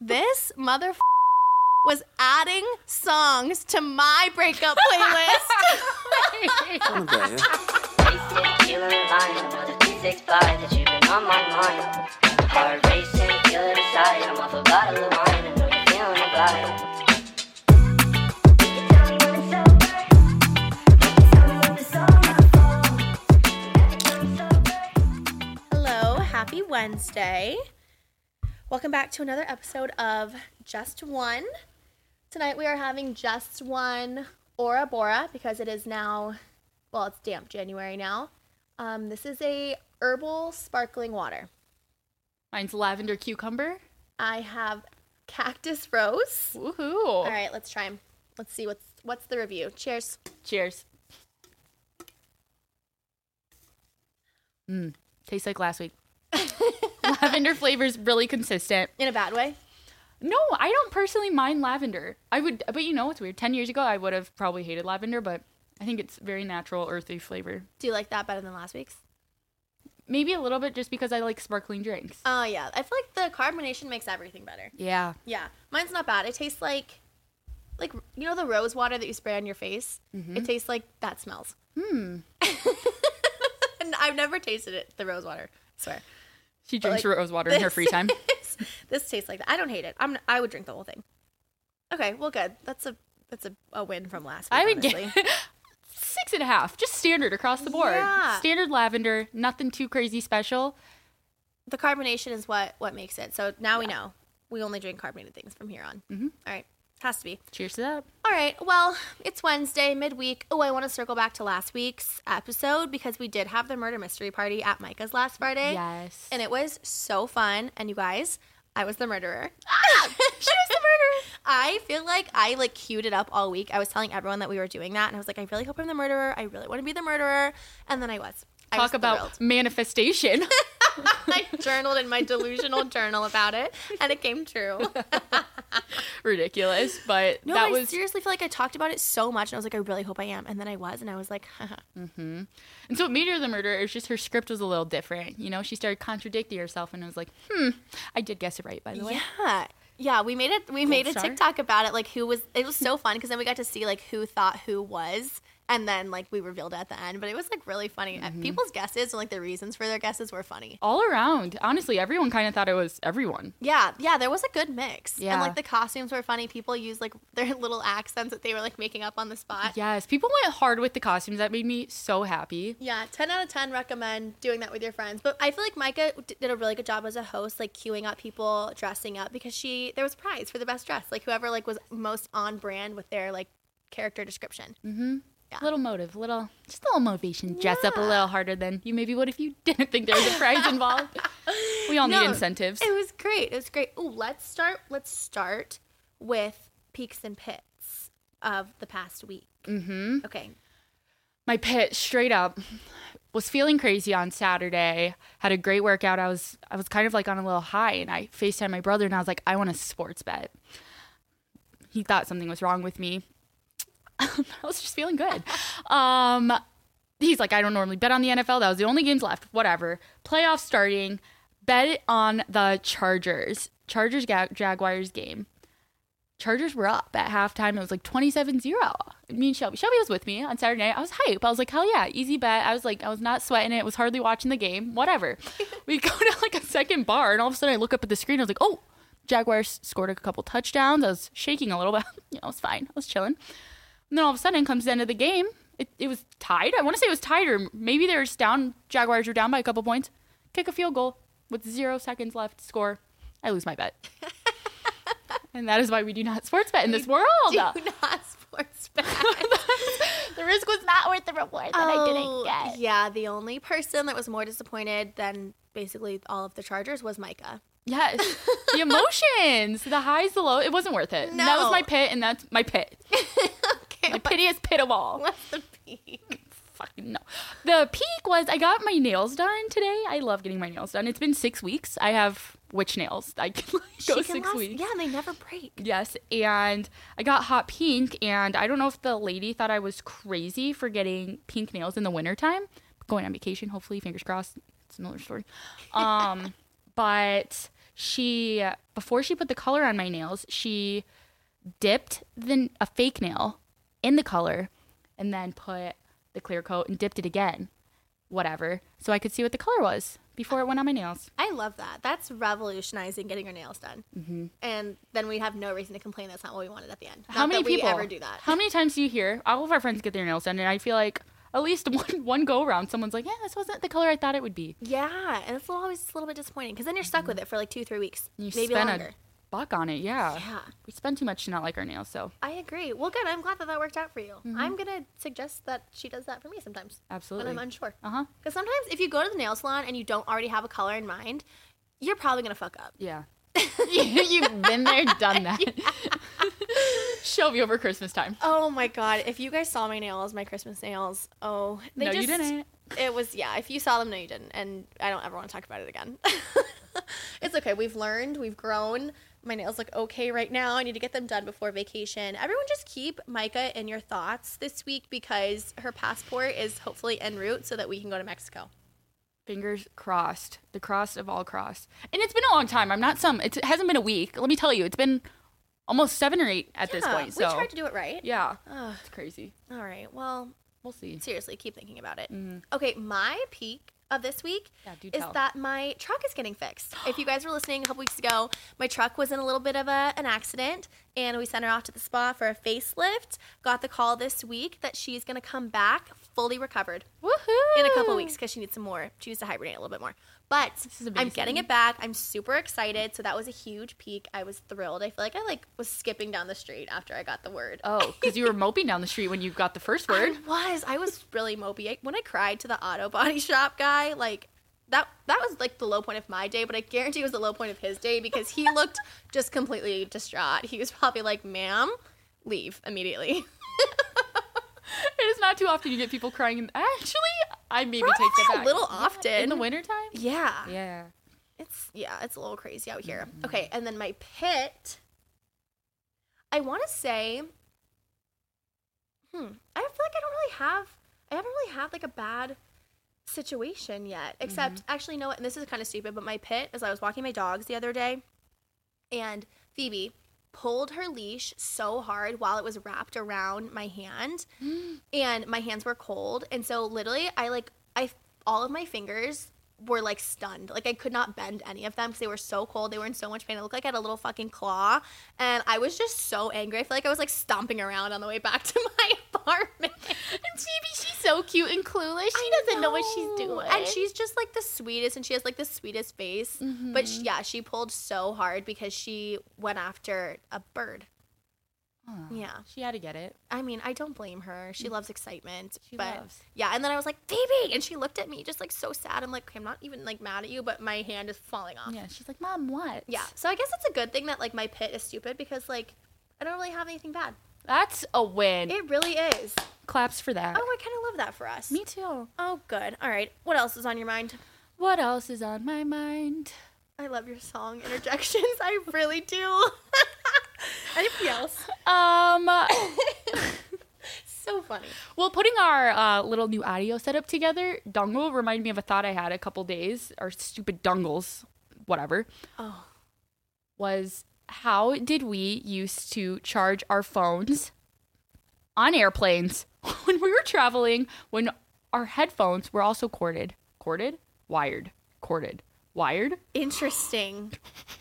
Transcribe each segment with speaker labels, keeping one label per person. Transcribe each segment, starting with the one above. Speaker 1: this mother was adding songs to my breakup playlist.
Speaker 2: Come on, babe.
Speaker 3: Wasted, feeling alive. Another 365 that you've been on my mind. Heart racing, feeling inside. I'm off a bottle of wine. I know you're feeling the vibe. You tell me when it's over. You tell me when it's all my fault. Every time it's over.
Speaker 1: Hello, happy Wednesday. Welcome back to another episode of Just One. Tonight we are having Just One Ora Bora because it is now, well, it's damp January now. Um, this is a herbal sparkling water.
Speaker 4: Mine's lavender cucumber.
Speaker 1: I have cactus rose.
Speaker 4: Woohoo.
Speaker 1: All right, let's try them. Let's see what's what's the review. Cheers.
Speaker 4: Cheers. Mm, tastes like last week. lavender flavor's really consistent.
Speaker 1: In a bad way.
Speaker 4: No, I don't personally mind lavender. I would, but you know, it's weird. 10 years ago, I would have probably hated lavender, but I think it's very natural, earthy flavor.
Speaker 1: Do you like that better than last week's?
Speaker 4: Maybe a little bit just because I like sparkling drinks.
Speaker 1: Oh yeah, I feel like the carbonation makes everything better.
Speaker 4: yeah.
Speaker 1: Yeah, mine's not bad. It tastes like, like you know the rose water that you spray on your face. It tastes like that smells. Hmm. and I've never tasted it. The rose water. I swear.
Speaker 4: She drinks
Speaker 1: like,
Speaker 4: rose water in her
Speaker 1: this-
Speaker 4: free time.
Speaker 1: this tastes like that. I don't hate it. I'm. I would drink the whole thing. Okay. Well, good. That's a that's a, a win from last. Week,
Speaker 4: I would
Speaker 1: honestly.
Speaker 4: get six and a half, just standard across the board.
Speaker 1: Yeah.
Speaker 4: Standard lavender, nothing too crazy special.
Speaker 1: the carbonation is what what makes it. So now we know. We only drink carbonated things from here on. Mm-hmm. right. Has to be.
Speaker 4: Cheers to that.
Speaker 1: All right. Well, it's Wednesday, midweek. Oh, I want to circle back to last week's episode because we did have the murder mystery party at Micah's last Friday.
Speaker 4: Yes.
Speaker 1: And it was so fun. And you guys, I was the murderer. Ah, she was the murderer. I feel like I like queued it up all week. I was telling everyone that we were doing that, and I was like, I really hope I'm the murderer. I really want to be the murderer. And then I was. I was
Speaker 4: Talk about
Speaker 1: thrilled.
Speaker 4: manifestation.
Speaker 1: I journaled in my delusional journal about it, and it came true.
Speaker 4: Ridiculous, but
Speaker 1: No,
Speaker 4: that
Speaker 1: I
Speaker 4: was
Speaker 1: seriously feel like I talked about it so much, and I was like, I really hope I am, and then I was, and I was like, haha.
Speaker 4: and so it made her the murderer. It was just her script was a little different. You know, she started contradicting herself and I was like, hmm, I did guess it right by the way.
Speaker 1: yeah, yeah. We made it. We made a
Speaker 4: star?
Speaker 1: TikTok about it. Like who was? It was so fun because then we got to see like who thought who was, and then like we revealed it at the end. But it was like really funny. Uh,
Speaker 4: Mm-hmm.
Speaker 1: People's guesses and like the reasons for their guesses were funny.
Speaker 4: All around. Honestly, everyone kind of thought it was everyone.
Speaker 1: Yeah, yeah, there was a good mix. And
Speaker 4: Yeah.
Speaker 1: like the costumes were funny. People used like their little accents that they were like making up on the spot.
Speaker 4: Yes, people went hard with the costumes. That made me so happy.
Speaker 1: Yeah, 10 out of 10 recommend doing that with your friends. But I feel like Micah d- did a really good job as a host, like queuing up people dressing up because she there was a prize for the best dress, like whoever like was most on brand with their like character description.
Speaker 4: Little motive, little just a little motivation. Dress up a little harder than you maybe would if you didn't think there was a prize involved. We all need
Speaker 1: No,
Speaker 4: incentives.
Speaker 1: It was great. It was great. Ooh, let's start let's start with peaks and pits of the past week. Mhm. Okay.
Speaker 4: my pit straight up was feeling crazy on Saturday. Had a great workout. I was I was kind of like on a little high and I FaceTimed my brother and I was like, I want a sports bet. He thought something was wrong with me. I was just feeling good. Um he's like, I don't normally bet on the NFL. That was the only games left. Whatever. Playoffs starting. Bet on the Chargers. Chargers ga- Jaguars game. Chargers were up at halftime. It was like 27 0. Me and Shelby. Shelby was with me on Saturday night. I was hype. I was like, hell yeah, easy bet. I was like, I was not sweating it. Was hardly watching the game. Whatever. we go to like a second bar, and all of a sudden I look up at the screen. I was like, oh, Jaguars scored a couple touchdowns. I was shaking a little bit. you know, I was fine. I was chilling. And then all of a sudden comes the end of the game. It, it was tied. I want to say it was tied, or maybe they were just down. Jaguars were down by a couple points. Kick a field goal with zero seconds left. Score. I lose my bet. and that is why we do not sports bet in this world.
Speaker 1: Do not sports bet.
Speaker 4: The risk was not worth the reward that I didn't
Speaker 1: Oh,
Speaker 4: get.
Speaker 1: Yeah, the only person that was more disappointed than basically all of the Chargers was Micah.
Speaker 4: Yes, the emotions, the highs, the lows. It wasn't worth it. That
Speaker 1: No.
Speaker 4: was my pit, and that's my pit.
Speaker 1: Okay,
Speaker 4: My pitiest pit of all.
Speaker 1: what's the peak?
Speaker 4: Fucking no. The peak was I got my nails done today. I love getting my nails done. It's been six weeks. I have witch nails. I can like,
Speaker 1: She
Speaker 4: go
Speaker 1: can
Speaker 4: six
Speaker 1: last-
Speaker 4: weeks.
Speaker 1: Yeah, they never break.
Speaker 4: Yes, and I got hot pink, and I don't know if the lady thought I was crazy for getting pink nails in the wintertime. Going on vacation, hopefully, fingers crossed. It's another story. Um, but she before she put the color on my nails, she dipped the a fake nail in the color and then put the clear coat and dipped it again. Whatever. So I could see what the color was before it went on my nails.
Speaker 1: I love that. That's revolutionizing getting your nails done. Mm-hmm. And then we'd have no reason to complain that's not what we wanted at the end.
Speaker 4: how
Speaker 1: Not
Speaker 4: many
Speaker 1: that we
Speaker 4: people
Speaker 1: ever do that?
Speaker 4: How many times do you hear all of our friends get their nails done and I feel like at least one one go around someone's like, "Yeah, this wasn't the color I thought it would be."
Speaker 1: Yeah, and it's always a little bit disappointing because then you're stuck with it for like two, three weeks,
Speaker 4: And Mm-hmm. you
Speaker 1: maybe
Speaker 4: spend
Speaker 1: longer.
Speaker 4: a buck on it. Yeah.
Speaker 1: Yeah,
Speaker 4: We spend too much to not like our nails, so
Speaker 1: I agree. Well, good. I'm glad that that worked out for you.
Speaker 4: Mm-hmm.
Speaker 1: I'm gonna suggest that she does that for me sometimes when
Speaker 4: absolutely.
Speaker 1: I'm unsure.
Speaker 4: uh-huh.
Speaker 1: Because sometimes if you go to the nail salon and you don't already have a color in mind, you're probably gonna fuck up.
Speaker 4: Yeah. You've been there, done that. She'll be over Christmas time.
Speaker 1: Oh my god! If you guys saw my nails, my Christmas nails, oh, they
Speaker 4: no,
Speaker 1: just,
Speaker 4: you didn't.
Speaker 1: It was yeah. If you saw them, no, you didn't, and I don't ever want to talk about it again. it's okay. We've learned. We've grown. My nails look okay right now. I need to get them done before vacation. Everyone, just keep Micah in your thoughts this week because her passport is hopefully en route so that we can go to Mexico.
Speaker 4: Fingers crossed. The cross of all cross. And it's been a long time. I'm not some. It's, it hasn't been a week. Let me tell you, it's been almost seven or eight at this
Speaker 1: Yeah,
Speaker 4: point. So
Speaker 1: we tried to do it right.
Speaker 4: yeah,
Speaker 1: Ugh.
Speaker 4: it's crazy.
Speaker 1: All right. Well,
Speaker 4: We'll see.
Speaker 1: seriously, keep thinking about it. Okay, my peak of this week
Speaker 4: Mm-hmm. Yeah, do
Speaker 1: is
Speaker 4: tell.
Speaker 1: that my truck is getting fixed. if you guys were listening a couple weeks ago, my truck was in a little bit of a, an accident, and we sent her off to the spa for a facelift. Got the call this week that she's going to come back fully recovered
Speaker 4: Woohoo!
Speaker 1: in a couple weeks because she needs some more. She needs to hibernate a little bit more. But
Speaker 4: is
Speaker 1: I'm
Speaker 4: amazing.
Speaker 1: getting it back. I'm super excited. So that was a huge peak. I was thrilled. I feel like I like was skipping down the street after I got the word.
Speaker 4: Oh, because you were moping down the street when you got the first word.
Speaker 1: I was. I was really mopey. I, when I cried to the auto body shop guy, like that that was like the low point of my day, but I guarantee it was the low point of his day because he looked just completely distraught. He was probably like, ma'am, leave immediately.
Speaker 4: It is not too often you get people crying. In- Actually, I maybe
Speaker 1: Probably
Speaker 4: take that
Speaker 1: a
Speaker 4: back.
Speaker 1: little
Speaker 4: in
Speaker 1: often.
Speaker 4: the wintertime.
Speaker 1: Yeah.
Speaker 4: Yeah.
Speaker 1: It's yeah, it's a little crazy out here. Okay, and then my pit. I want to say, hmm, I feel like I don't really have. I haven't really had like a bad situation yet. Except, actually, you know what? And this is kind of stupid, but my pit is I was walking my dogs the other day, and Phoebe pulled her leash so hard while it was wrapped around my hand and my hands were cold and so literally i like i all of my fingers were like stunned like i could not bend any of them because they were so cold they were in so much pain it looked like i had a little fucking claw and i was just so angry i feel like i was like stomping around on the way back to my apartment
Speaker 4: And Phoebe, she's so cute and clueless. She doesn't know. what she's doing.
Speaker 1: and she's just like the sweetest and she has like the sweetest face but sh yeah she pulled so hard because she went after a bird
Speaker 4: Aw.
Speaker 1: yeah
Speaker 4: She had to get it.
Speaker 1: I mean, I don't blame her. Mm. She loves excitement.
Speaker 4: She
Speaker 1: but
Speaker 4: loves.
Speaker 1: yeah, and then I was like, Phoebe, and she looked at me just like so sad. I'm like, okay, I'm not even like mad at you, but my hand is falling off. Yeah.
Speaker 4: Yeah, she's like, Mom, what?
Speaker 1: So I guess it's a good thing that like my pit is stupid because like I don't really have anything bad.
Speaker 4: That's a win.
Speaker 1: It really is.
Speaker 4: Claps for that.
Speaker 1: Oh, I kind of love that for us.
Speaker 4: Me too.
Speaker 1: Oh, good. All right. What else is on your mind?
Speaker 4: What else is on my mind?
Speaker 1: I love your song interjections. I really do. Anything else?
Speaker 4: Um,
Speaker 1: So funny.
Speaker 4: well, putting our uh, little new audio setup together, dongle reminded me of a thought I had a couple days, or stupid dongles, whatever,
Speaker 1: Oh,
Speaker 4: was how did we used to charge our phones on airplanes when we were traveling when our headphones were also corded? Corded? Wired. Corded. Wired?
Speaker 1: interesting.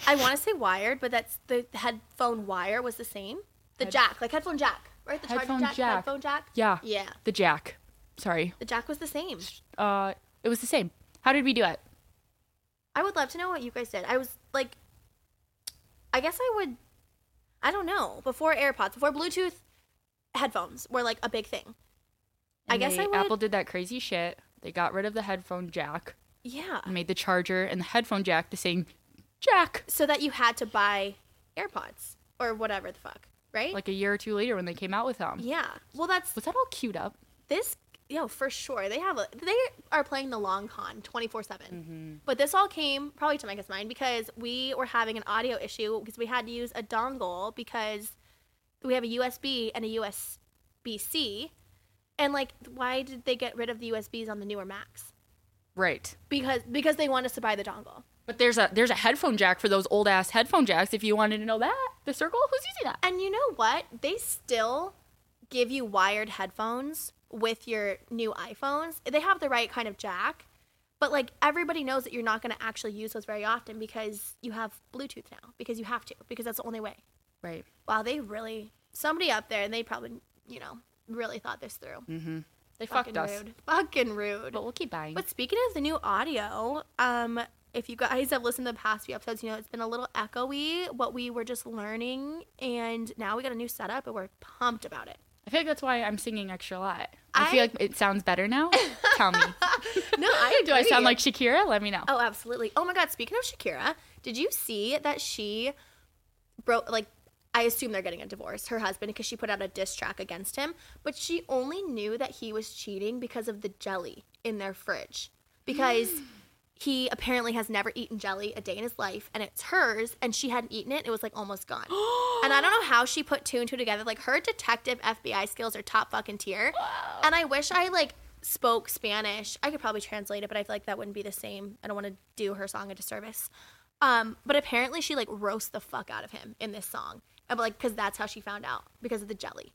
Speaker 1: I want to say wired, but that's the headphone wire was the same. The jack, like headphone jack, right? The
Speaker 4: Headphone
Speaker 1: charging jack,
Speaker 4: jack.
Speaker 1: headphone jack.
Speaker 4: Yeah.
Speaker 1: Yeah.
Speaker 4: The jack. Sorry.
Speaker 1: The jack was the same.
Speaker 4: Uh, it was the same. How did we do it?
Speaker 1: I would love to know what you guys did. I was like, I guess I would, I don't know. Before AirPods, before Bluetooth headphones were like a big thing. I
Speaker 4: And
Speaker 1: guess
Speaker 4: they-
Speaker 1: I would.
Speaker 4: Apple did that crazy shit. They got rid of the headphone jack
Speaker 1: yeah.
Speaker 4: and made the charger and the headphone jack the same jack.
Speaker 1: So that you had to buy AirPods or whatever the fuck, right?
Speaker 4: Like a year or two later when they came out with them.
Speaker 1: yeah. Well, that's
Speaker 4: Was that all queued up?
Speaker 1: this yo for sure they have a they are playing the long con 24 7 but this all came probably to micah's mind because we were having an audio issue because we had to use a dongle because we have a usb and a usb-c and like why did they get rid of the usbs on the newer macs
Speaker 4: Right.
Speaker 1: because because they want us to buy the dongle
Speaker 4: But there's a there's a headphone jack for those old ass headphone jacks. If you wanted to know that, the circle, who's using that?
Speaker 1: And you know what? They still give you wired headphones with your new iPhones. They have the right kind of jack, but like everybody knows that you're not going to actually use those very often because you have Bluetooth now because you have to because that's the only way.
Speaker 4: Right.
Speaker 1: Wow, they really somebody up there and they probably, you know, really thought this through.
Speaker 4: They
Speaker 1: Fucking
Speaker 4: Mm. fucked us.
Speaker 1: rude. Fucking rude.
Speaker 4: But we'll keep buying.
Speaker 1: But speaking of the new audio, um, if you guys have listened to the past few episodes, you know it's been a little echoey what we were just learning, and now we got a new setup, and we're pumped about it.
Speaker 4: I feel like that's why I'm singing extra lot. I,
Speaker 1: I-
Speaker 4: feel like it sounds better now. Tell me.
Speaker 1: No, I
Speaker 4: Do I
Speaker 1: agree.
Speaker 4: sound like Shakira? Let me know.
Speaker 1: Oh, absolutely. Oh my God. Speaking of Shakira, did you see that she broke like? I assume they're getting a divorce, her husband, because she put out a diss track against him. But she only knew that he was cheating because of the jelly in their fridge. Because he apparently has never eaten jelly a day in his life, and it's hers, and she hadn't eaten it. It was like almost gone. and I don't know how she put two and two together. Like her detective FBI skills are top fucking tier. And I wish I like spoke Spanish. I could probably translate it, but I feel like that wouldn't be the same. I don't want to do her song a disservice. Um, but apparently she like roasts the fuck out of him in this song. And like, cause that's how she found out because of the jelly.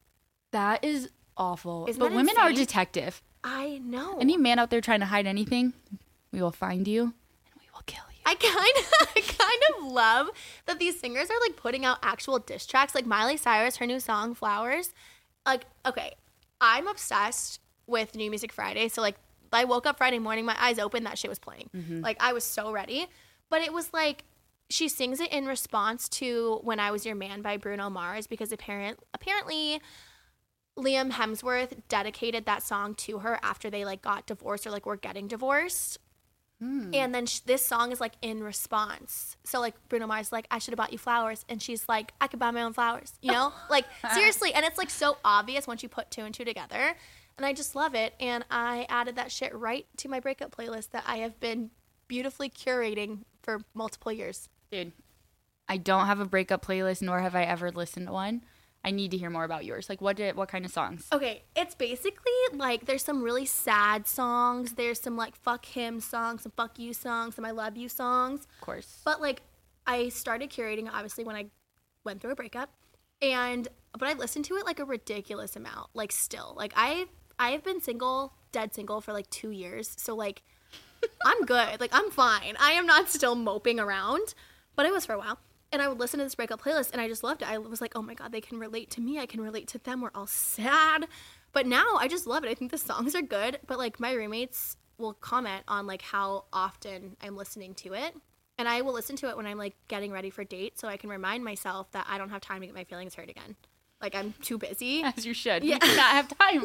Speaker 4: That is awful.
Speaker 1: Isn't
Speaker 4: but
Speaker 1: that
Speaker 4: women are
Speaker 1: insane?
Speaker 4: detective.
Speaker 1: I know.
Speaker 4: Any man out there trying to hide anything, we will find you and we will kill you.
Speaker 1: I kind of, I kind of love that these singers are like putting out actual diss tracks. Like Miley Cyrus, her new song "Flowers." Like, okay, I'm obsessed with New Music Friday. So like, I woke up Friday morning, my eyes open, that shit was playing. Like, I was so ready. But it was like she sings it in response to "When I Was Your Man" by Bruno Mars because apparent apparently. Liam Hemsworth dedicated that song to her after they like got divorced or like were getting divorced. And then sh- this song is like in response. So like Bruno Mars is like I should have bought you flowers and she's like I could buy my own flowers, you know? like seriously, and it's like so obvious once you put two and two together. And I just love it and I added that shit right to my breakup playlist that I have been beautifully curating for multiple years.
Speaker 4: Dude, I don't have a breakup playlist, nor have I ever listened to one. I need to hear more about yours. Like, what did, what kind of songs?
Speaker 1: Okay, it's basically like there's some really sad songs, there's some like fuck him songs, some fuck you songs, some I love you songs.
Speaker 4: Of course.
Speaker 1: But like I started curating obviously when I went through a breakup and but I listened to it like a ridiculous amount, like still. Like I I have been single, dead single for like 2 years. So like I'm good. Like I'm fine. I am not still moping around, but I was for a while. And I would listen to this breakup playlist and I just loved it. I was like, "Oh my god, they can relate to me. I can relate to them. We're all sad." But now I just love it. I think the songs are good, but like my roommates will comment on like how often I'm listening to it. And I will listen to it when I'm like getting ready for date so I can remind myself that I don't have time to get my feelings hurt again. Like I'm too busy.
Speaker 4: As you should. You do not have time.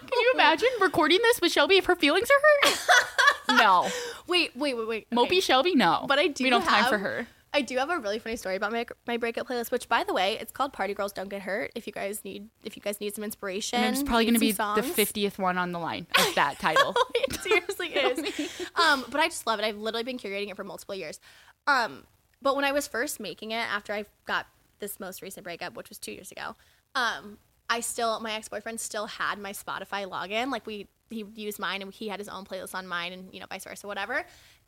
Speaker 4: Can you imagine recording this with Shelby if her feelings are hurt? no.
Speaker 1: Wait, wait, wait, wait.
Speaker 4: Mopey
Speaker 1: Okay.
Speaker 4: Shelby, no.
Speaker 1: But I do
Speaker 4: We don't have time for
Speaker 1: have-
Speaker 4: her.
Speaker 1: I do have a really funny story about my, my breakup playlist, which, by the way, it's called "Party Girls Don't Get Hurt." If you guys need, if you guys need some inspiration,
Speaker 4: And it's probably
Speaker 1: need
Speaker 4: going to be
Speaker 1: some
Speaker 4: the
Speaker 1: songs.
Speaker 4: 50th one on the line of that title.
Speaker 1: it seriously is. Um, but I just love it. I've literally been curating it for multiple years. Um, but when I was first making it, after I got this most recent breakup, which was two years ago, um, I still my ex boyfriend still had my Spotify login. Like we he used mine and he had his own playlist on mine, and you know vice versa, whatever.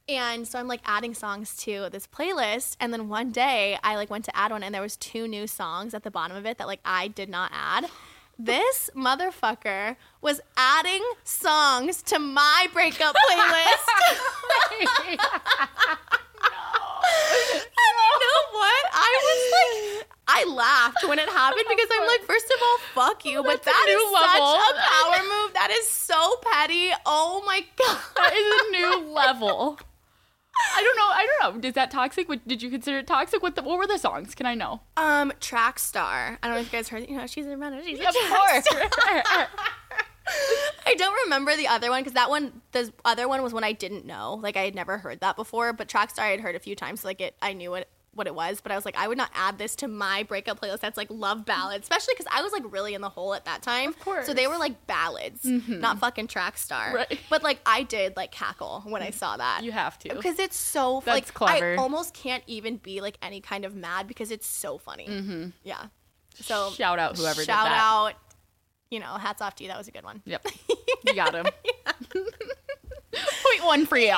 Speaker 1: And so I'm like adding songs to this playlist, and then one day I like went to add one, and there was two new songs at the bottom of it that like I did not add. This motherfucker was adding songs to my breakup playlist. And you know what? I was like, I laughed when it happened because I'm like, first of all, fuck you, but
Speaker 4: Oh, That's a
Speaker 1: that
Speaker 4: new
Speaker 1: is
Speaker 4: level.
Speaker 1: such a power move. That is so petty. Oh my god.
Speaker 4: that is a new level. I don't know. I don't know. Is that toxic? What, did you consider it toxic? What, the, what were the songs? Can I know?
Speaker 1: Um, track star. I don't know if you guys heard. You know, she's a runner. She's a track star. I don't remember the other one because that one, the other one was one I didn't know. Like I had never heard that before. But track star I had heard a few times. So like it, I knew what what it was. But I was like, I would not add this to my breakup playlist. That's like love ballads, especially because I was like really in the hole at that time. Of
Speaker 4: course. Mm-hmm.
Speaker 1: So they were like ballads, not fucking track star.
Speaker 4: Right.
Speaker 1: But like I did like cackle when I saw that.
Speaker 4: You have to.
Speaker 1: Because it's so
Speaker 4: That's
Speaker 1: like
Speaker 4: clever.
Speaker 1: I almost can't even be like any kind of mad because it's so funny. Yeah. So
Speaker 4: Mm-hmm. Shout out whoever did
Speaker 1: shout
Speaker 4: that.
Speaker 1: out. You know, hats off to you. That was a good one.
Speaker 4: Yep. You got him. Point one for you.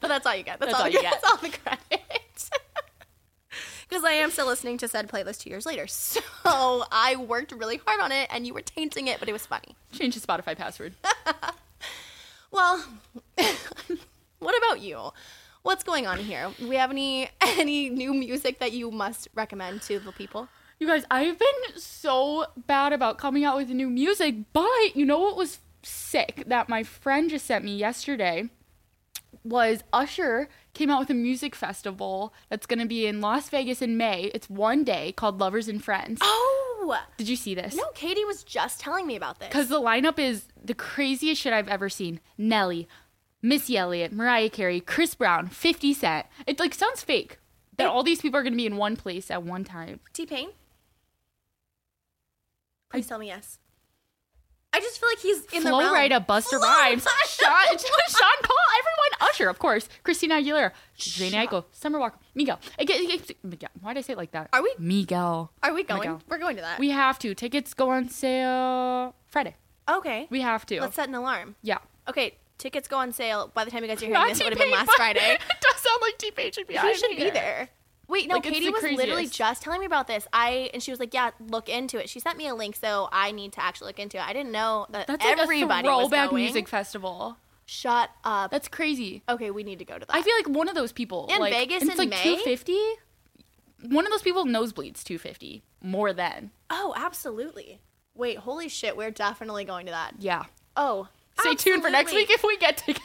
Speaker 1: But that's all you get. That's,
Speaker 4: That's
Speaker 1: all,
Speaker 4: all
Speaker 1: you
Speaker 4: you
Speaker 1: get.
Speaker 4: get.
Speaker 1: That's all the credit. Because I am still listening to said playlist two years later. So I worked really hard on it and you were tainting it, but it was funny.
Speaker 4: Change the Spotify password.
Speaker 1: Well, what about you? What's going on here? Do we have any any new music that you must recommend to the people?
Speaker 4: You guys, I've been so bad about coming out with new music, but you know what was sick that my friend just sent me yesterday was Usher came out with a music festival that's going to be in Las Vegas in May. It's one day called Lovers and Friends.
Speaker 1: Oh
Speaker 4: Did you see this?
Speaker 1: no, Katie was just telling me about this.
Speaker 4: Because the lineup is the craziest shit I've ever seen. Nelly, Missy Elliott, Mariah Carey, Chris Brown, 50 Cent. It like sounds fake that all these people are going to be in one place at one time.
Speaker 1: T Pain. Please tell me yes. I just feel like he's in the
Speaker 4: Flow
Speaker 1: realm.
Speaker 4: Rida, Buster
Speaker 1: Flo
Speaker 4: Rhymes,
Speaker 1: Rida.
Speaker 4: Sean, Sean Paul, everyone, Usher, of course, Christina Aguilera, Zayn Eiko, Summer Walker, Miguel. It get- it gets- Miguel. Why did I say it like that?
Speaker 1: Are we-
Speaker 4: Miguel?
Speaker 1: Are we going?
Speaker 4: Miguel.
Speaker 1: We're going to that.
Speaker 4: We have to. Tickets go on sale Friday.
Speaker 1: okay.
Speaker 4: We have to.
Speaker 1: Let's set an alarm.
Speaker 4: yeah.
Speaker 1: Okay, tickets go on sale by the time you guys are hearing
Speaker 4: Not
Speaker 1: this. It would have been
Speaker 4: T-Pain,
Speaker 1: last
Speaker 4: but-
Speaker 1: Friday.
Speaker 4: it does sound like T Pain should be.
Speaker 1: He
Speaker 4: out
Speaker 1: should be
Speaker 4: here.
Speaker 1: there. Wait, no,
Speaker 4: Like, it's
Speaker 1: Katie
Speaker 4: the
Speaker 1: was literally
Speaker 4: craziest.
Speaker 1: just telling me about this. I and she was like, "Yeah, look into it." She sent me a link, so I need to actually look into it. I didn't know that
Speaker 4: That's like
Speaker 1: everybody
Speaker 4: a
Speaker 1: was
Speaker 4: throwback
Speaker 1: going.
Speaker 4: music festival.
Speaker 1: Shut up.
Speaker 4: That's crazy.
Speaker 1: okay, we need to go to that.
Speaker 4: I feel like one of those people
Speaker 1: In
Speaker 4: like,
Speaker 1: Vegas
Speaker 4: and It's
Speaker 1: in
Speaker 4: like
Speaker 1: May?
Speaker 4: two fifty. One of those people nosebleeds two fifty more than
Speaker 1: oh, absolutely. Wait, holy shit, we're definitely going to that.
Speaker 4: yeah.
Speaker 1: Oh,
Speaker 4: Stay tuned for next week
Speaker 1: absolutely.
Speaker 4: if we get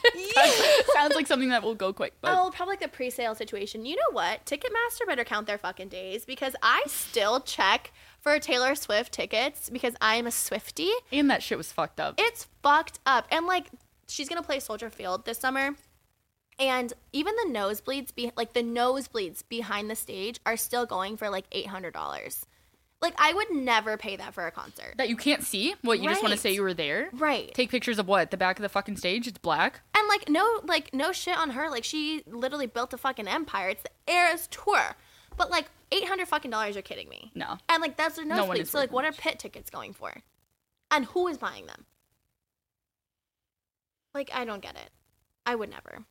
Speaker 4: tickets. Sounds like something that will go quick, but
Speaker 1: Oh, probably like the pre-sale situation. You know what? Ticketmaster better count their fucking days because I still check for Taylor Swift tickets because I am a Swiftie.
Speaker 4: and that shit was fucked up.
Speaker 1: It's fucked up. And like she's gonna play Soldier Field this summer. And even the nosebleeds be like the nosebleeds behind the stage are still going for like eight hundred dollars. Like I would never pay that for a concert.
Speaker 4: that you can't see. What you just want
Speaker 1: Right.
Speaker 4: to say you were there?
Speaker 1: Right.
Speaker 4: Take pictures of what the back of the fucking stage. It's black.
Speaker 1: And like no like no shit on her. Like she literally built a fucking empire. It's the Eras tour. But like eight hundred fucking dollars you're kidding me.
Speaker 4: No.
Speaker 1: And like that's the
Speaker 4: No one
Speaker 1: nosebleeds.
Speaker 4: is
Speaker 1: so like what
Speaker 4: worth
Speaker 1: are pit tickets going for? And who is buying them? Like I don't get it. I would never.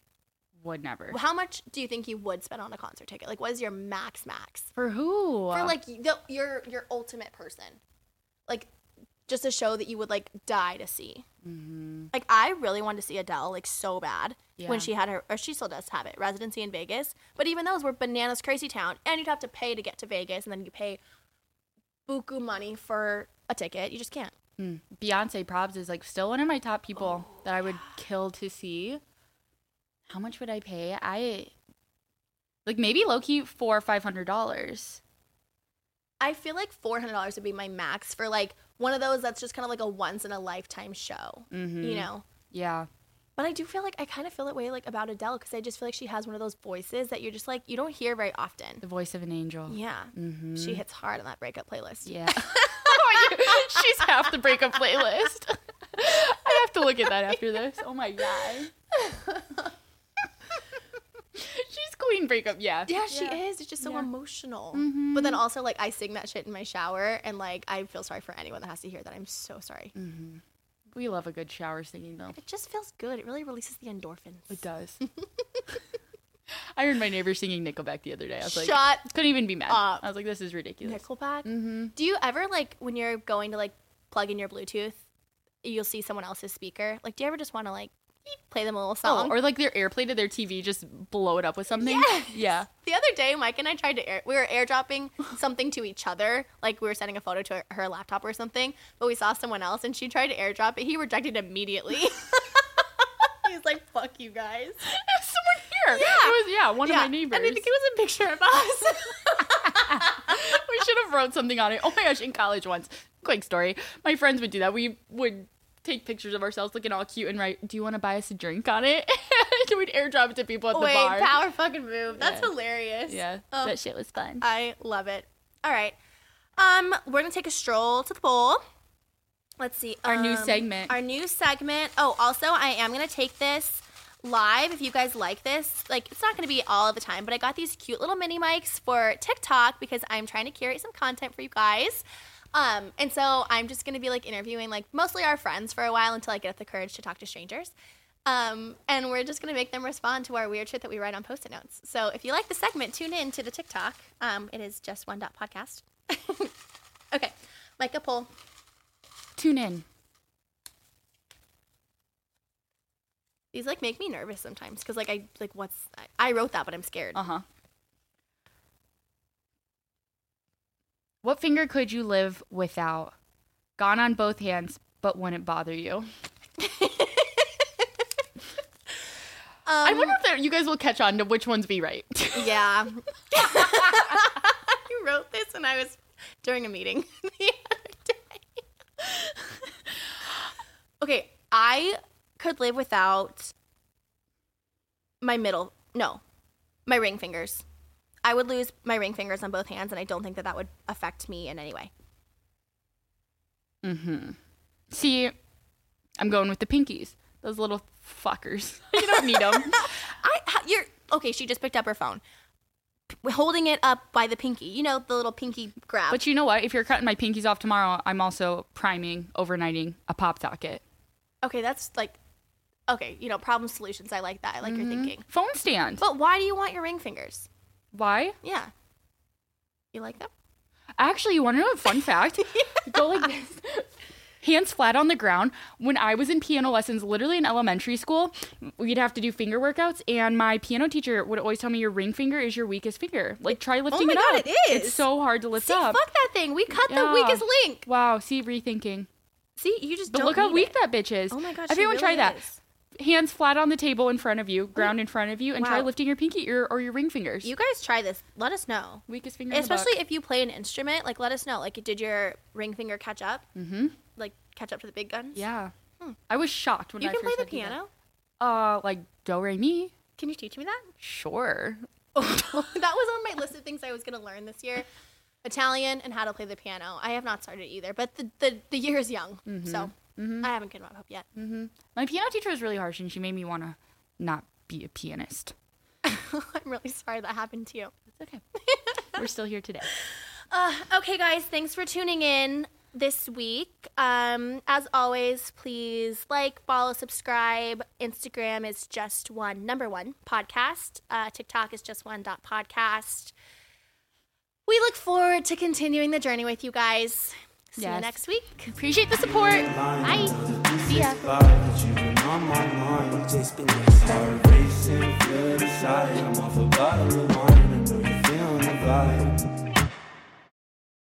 Speaker 4: Would never.
Speaker 1: How much do you think you would spend on a concert ticket? Like, what is your max max
Speaker 4: For who?
Speaker 1: for like the, your your ultimate person? Like, just a show that you would like die to see. Like, I really wanted to see Adele like so bad
Speaker 4: Yeah.
Speaker 1: when she had her, or she still does have it, residency in Vegas. But even those were bananas crazy town, and you'd have to pay to get to Vegas, and then you pay buku money for a ticket. You just can't.
Speaker 4: Beyonce Probs is like still one of my top people that I would kill to see. How much would I pay? I like maybe low key four or five hundred dollars.
Speaker 1: I feel like four hundred dollars would be my max for like one of those that's just kind of like a once in a lifetime show. You know.
Speaker 4: Yeah.
Speaker 1: But I do feel like I kind of feel that way like about Adele because I just feel like she has one of those voices that you're just like you don't hear very often.
Speaker 4: The voice of an angel.
Speaker 1: Yeah, she hits hard on that breakup playlist.
Speaker 4: Mm-hmm. Yeah. She's half the breakup playlist. I have to look at that after this. Oh my god. She's queen breakup. Yeah.
Speaker 1: Yeah, she is. It's just so
Speaker 4: Yeah.
Speaker 1: emotional.
Speaker 4: Mm-hmm.
Speaker 1: But then also like I sing that shit in my shower and like I feel sorry for anyone that has to hear that. I'm so sorry.
Speaker 4: Mm. We love a good shower singing though.
Speaker 1: It just feels good. It really releases the endorphins.
Speaker 4: It does. I heard my neighbor singing Nickelback the other day. I was like,
Speaker 1: Shut
Speaker 4: couldn't even be mad.
Speaker 1: up.
Speaker 4: I was like, this is ridiculous.
Speaker 1: Nickelback.
Speaker 4: Mm-hmm.
Speaker 1: Do you ever like when you're going to like plug in your Bluetooth, you'll see someone else's speaker? Like, do you ever just want to like play them a little
Speaker 4: Oh,
Speaker 1: song?
Speaker 4: or like their airplay to their TV, just blow it up with something.
Speaker 1: Yes.
Speaker 4: Yeah.
Speaker 1: the other day, Mike and I tried to air. We were airdropping something to each other, like we were sending a photo to her, her laptop or something. But we saw someone else, and she tried to airdrop it. He rejected immediately. He's like, "Fuck you guys."
Speaker 4: Someone here. Yeah. It was, yeah, one of my neighbors.
Speaker 1: And I think it was a picture of us.
Speaker 4: we should have wrote something on it. Oh my gosh, in college once. Quick story. My friends would do that. We would take pictures of ourselves looking all cute and write, Do you want to buy us a drink on it? and we'd airdrop it to people at the
Speaker 1: Wait,
Speaker 4: bar.
Speaker 1: power fucking move. That's
Speaker 4: Yeah.
Speaker 1: hilarious.
Speaker 4: yeah.
Speaker 1: Oh,
Speaker 4: That shit was fun.
Speaker 1: I love it. All right. Um, we're gonna take a stroll to the bowl. Let's see.
Speaker 4: Our new
Speaker 1: um,
Speaker 4: segment.
Speaker 1: Our new segment. Oh, also, I am gonna take this live if you guys like this. Like, it's not gonna be all the time, but I got these cute little mini mics for TikTok because I'm trying to curate some content for you guys. Um, and so I'm just gonna be like interviewing like mostly our friends for a while until I get the courage to talk to strangers. Um, and we're just going to make them respond to our weird shit that we write on post-it notes. So if you like the segment, tune in to the TikTok. Um, it is just one dot podcast. okay, Micah poll.
Speaker 4: Tune in.
Speaker 1: These like make me nervous sometimes because like I like what's I, I wrote that but I'm scared.
Speaker 4: Uh huh. What finger could you live without? Gone on both hands, but wouldn't bother you. I wonder if there- you guys will catch on to which ones be right.
Speaker 1: Um, Yeah. you wrote this and I was during a meeting the other day. okay, I could live without my middle, no, my ring fingers. I would lose my ring fingers on both hands, and I don't think that that would affect me in any way.
Speaker 4: See, I'm going with the pinkies. Those little fuckers. you don't need them.
Speaker 1: I, how, you're okay. She just picked up her phone, P- holding it up by the pinky. You know the little pinky grab.
Speaker 4: But you know what? If you're cutting my pinkies off tomorrow, I'm also priming, overnighting a pop socket.
Speaker 1: okay, that's like, okay, you know, problem solutions. I like that. I like your thinking.
Speaker 4: Phone stand.
Speaker 1: But why do you want your ring fingers?
Speaker 4: Why?
Speaker 1: Yeah. You like them?
Speaker 4: Actually, you want to know a fun fact? Go like this. Hands flat on the ground. When I was in piano lessons, literally in elementary school, we'd have to do finger workouts, and my piano teacher would always tell me your ring finger is your weakest finger. Like try lifting
Speaker 1: Oh my
Speaker 4: it
Speaker 1: God,
Speaker 4: up.
Speaker 1: it is.
Speaker 4: It's so hard to lift
Speaker 1: See,
Speaker 4: up.
Speaker 1: fuck that thing. We cut the
Speaker 4: Yeah.
Speaker 1: weakest link.
Speaker 4: Wow. See, rethinking.
Speaker 1: See, you just
Speaker 4: But
Speaker 1: don't
Speaker 4: look how
Speaker 1: need
Speaker 4: weak
Speaker 1: it.
Speaker 4: that bitch is.
Speaker 1: Oh my gosh. she
Speaker 4: Everyone
Speaker 1: really
Speaker 4: try that.
Speaker 1: is. Oh
Speaker 4: Hands flat on the table in front of you, ground in front of you, and try
Speaker 1: Wow.
Speaker 4: lifting your pinky ear or your ring fingers.
Speaker 1: You guys try this. Let us know.
Speaker 4: weakest finger. in the book.
Speaker 1: Especially if you play an instrument, like let us know. Like, did your ring finger catch up? Mm-hmm. Like catch up to the big guns?
Speaker 4: Yeah. I was shocked when
Speaker 1: Hmm. You
Speaker 4: I
Speaker 1: can play
Speaker 4: first
Speaker 1: the
Speaker 4: had to do that.
Speaker 1: piano.
Speaker 4: Uh, like do re mi.
Speaker 1: Can you teach me that?
Speaker 4: Sure.
Speaker 1: Oh, that was on my list of things I was going to learn this year. Italian and how to play the piano. I have not started either, but the the, the year is young, so I haven't given up hope yet.
Speaker 4: My piano teacher was really harsh, and she made me want to not be a pianist.
Speaker 1: I'm really sorry that happened to you.
Speaker 4: It's okay. We're still here today.
Speaker 1: Okay, guys, thanks for tuning in this week. Um, as always, please like, follow, subscribe. Instagram is just one number one podcast. Uh, TikTok is just one dot podcast. We look forward to continuing the journey with you guys. See you
Speaker 4: Yes.
Speaker 1: next week.
Speaker 4: Appreciate the support.
Speaker 1: Bye. See ya.
Speaker 2: Vibe that you've been on my mind. You just been like start racing, feel inside. I'm off a bottle of wine. I know you're feeling the vibe.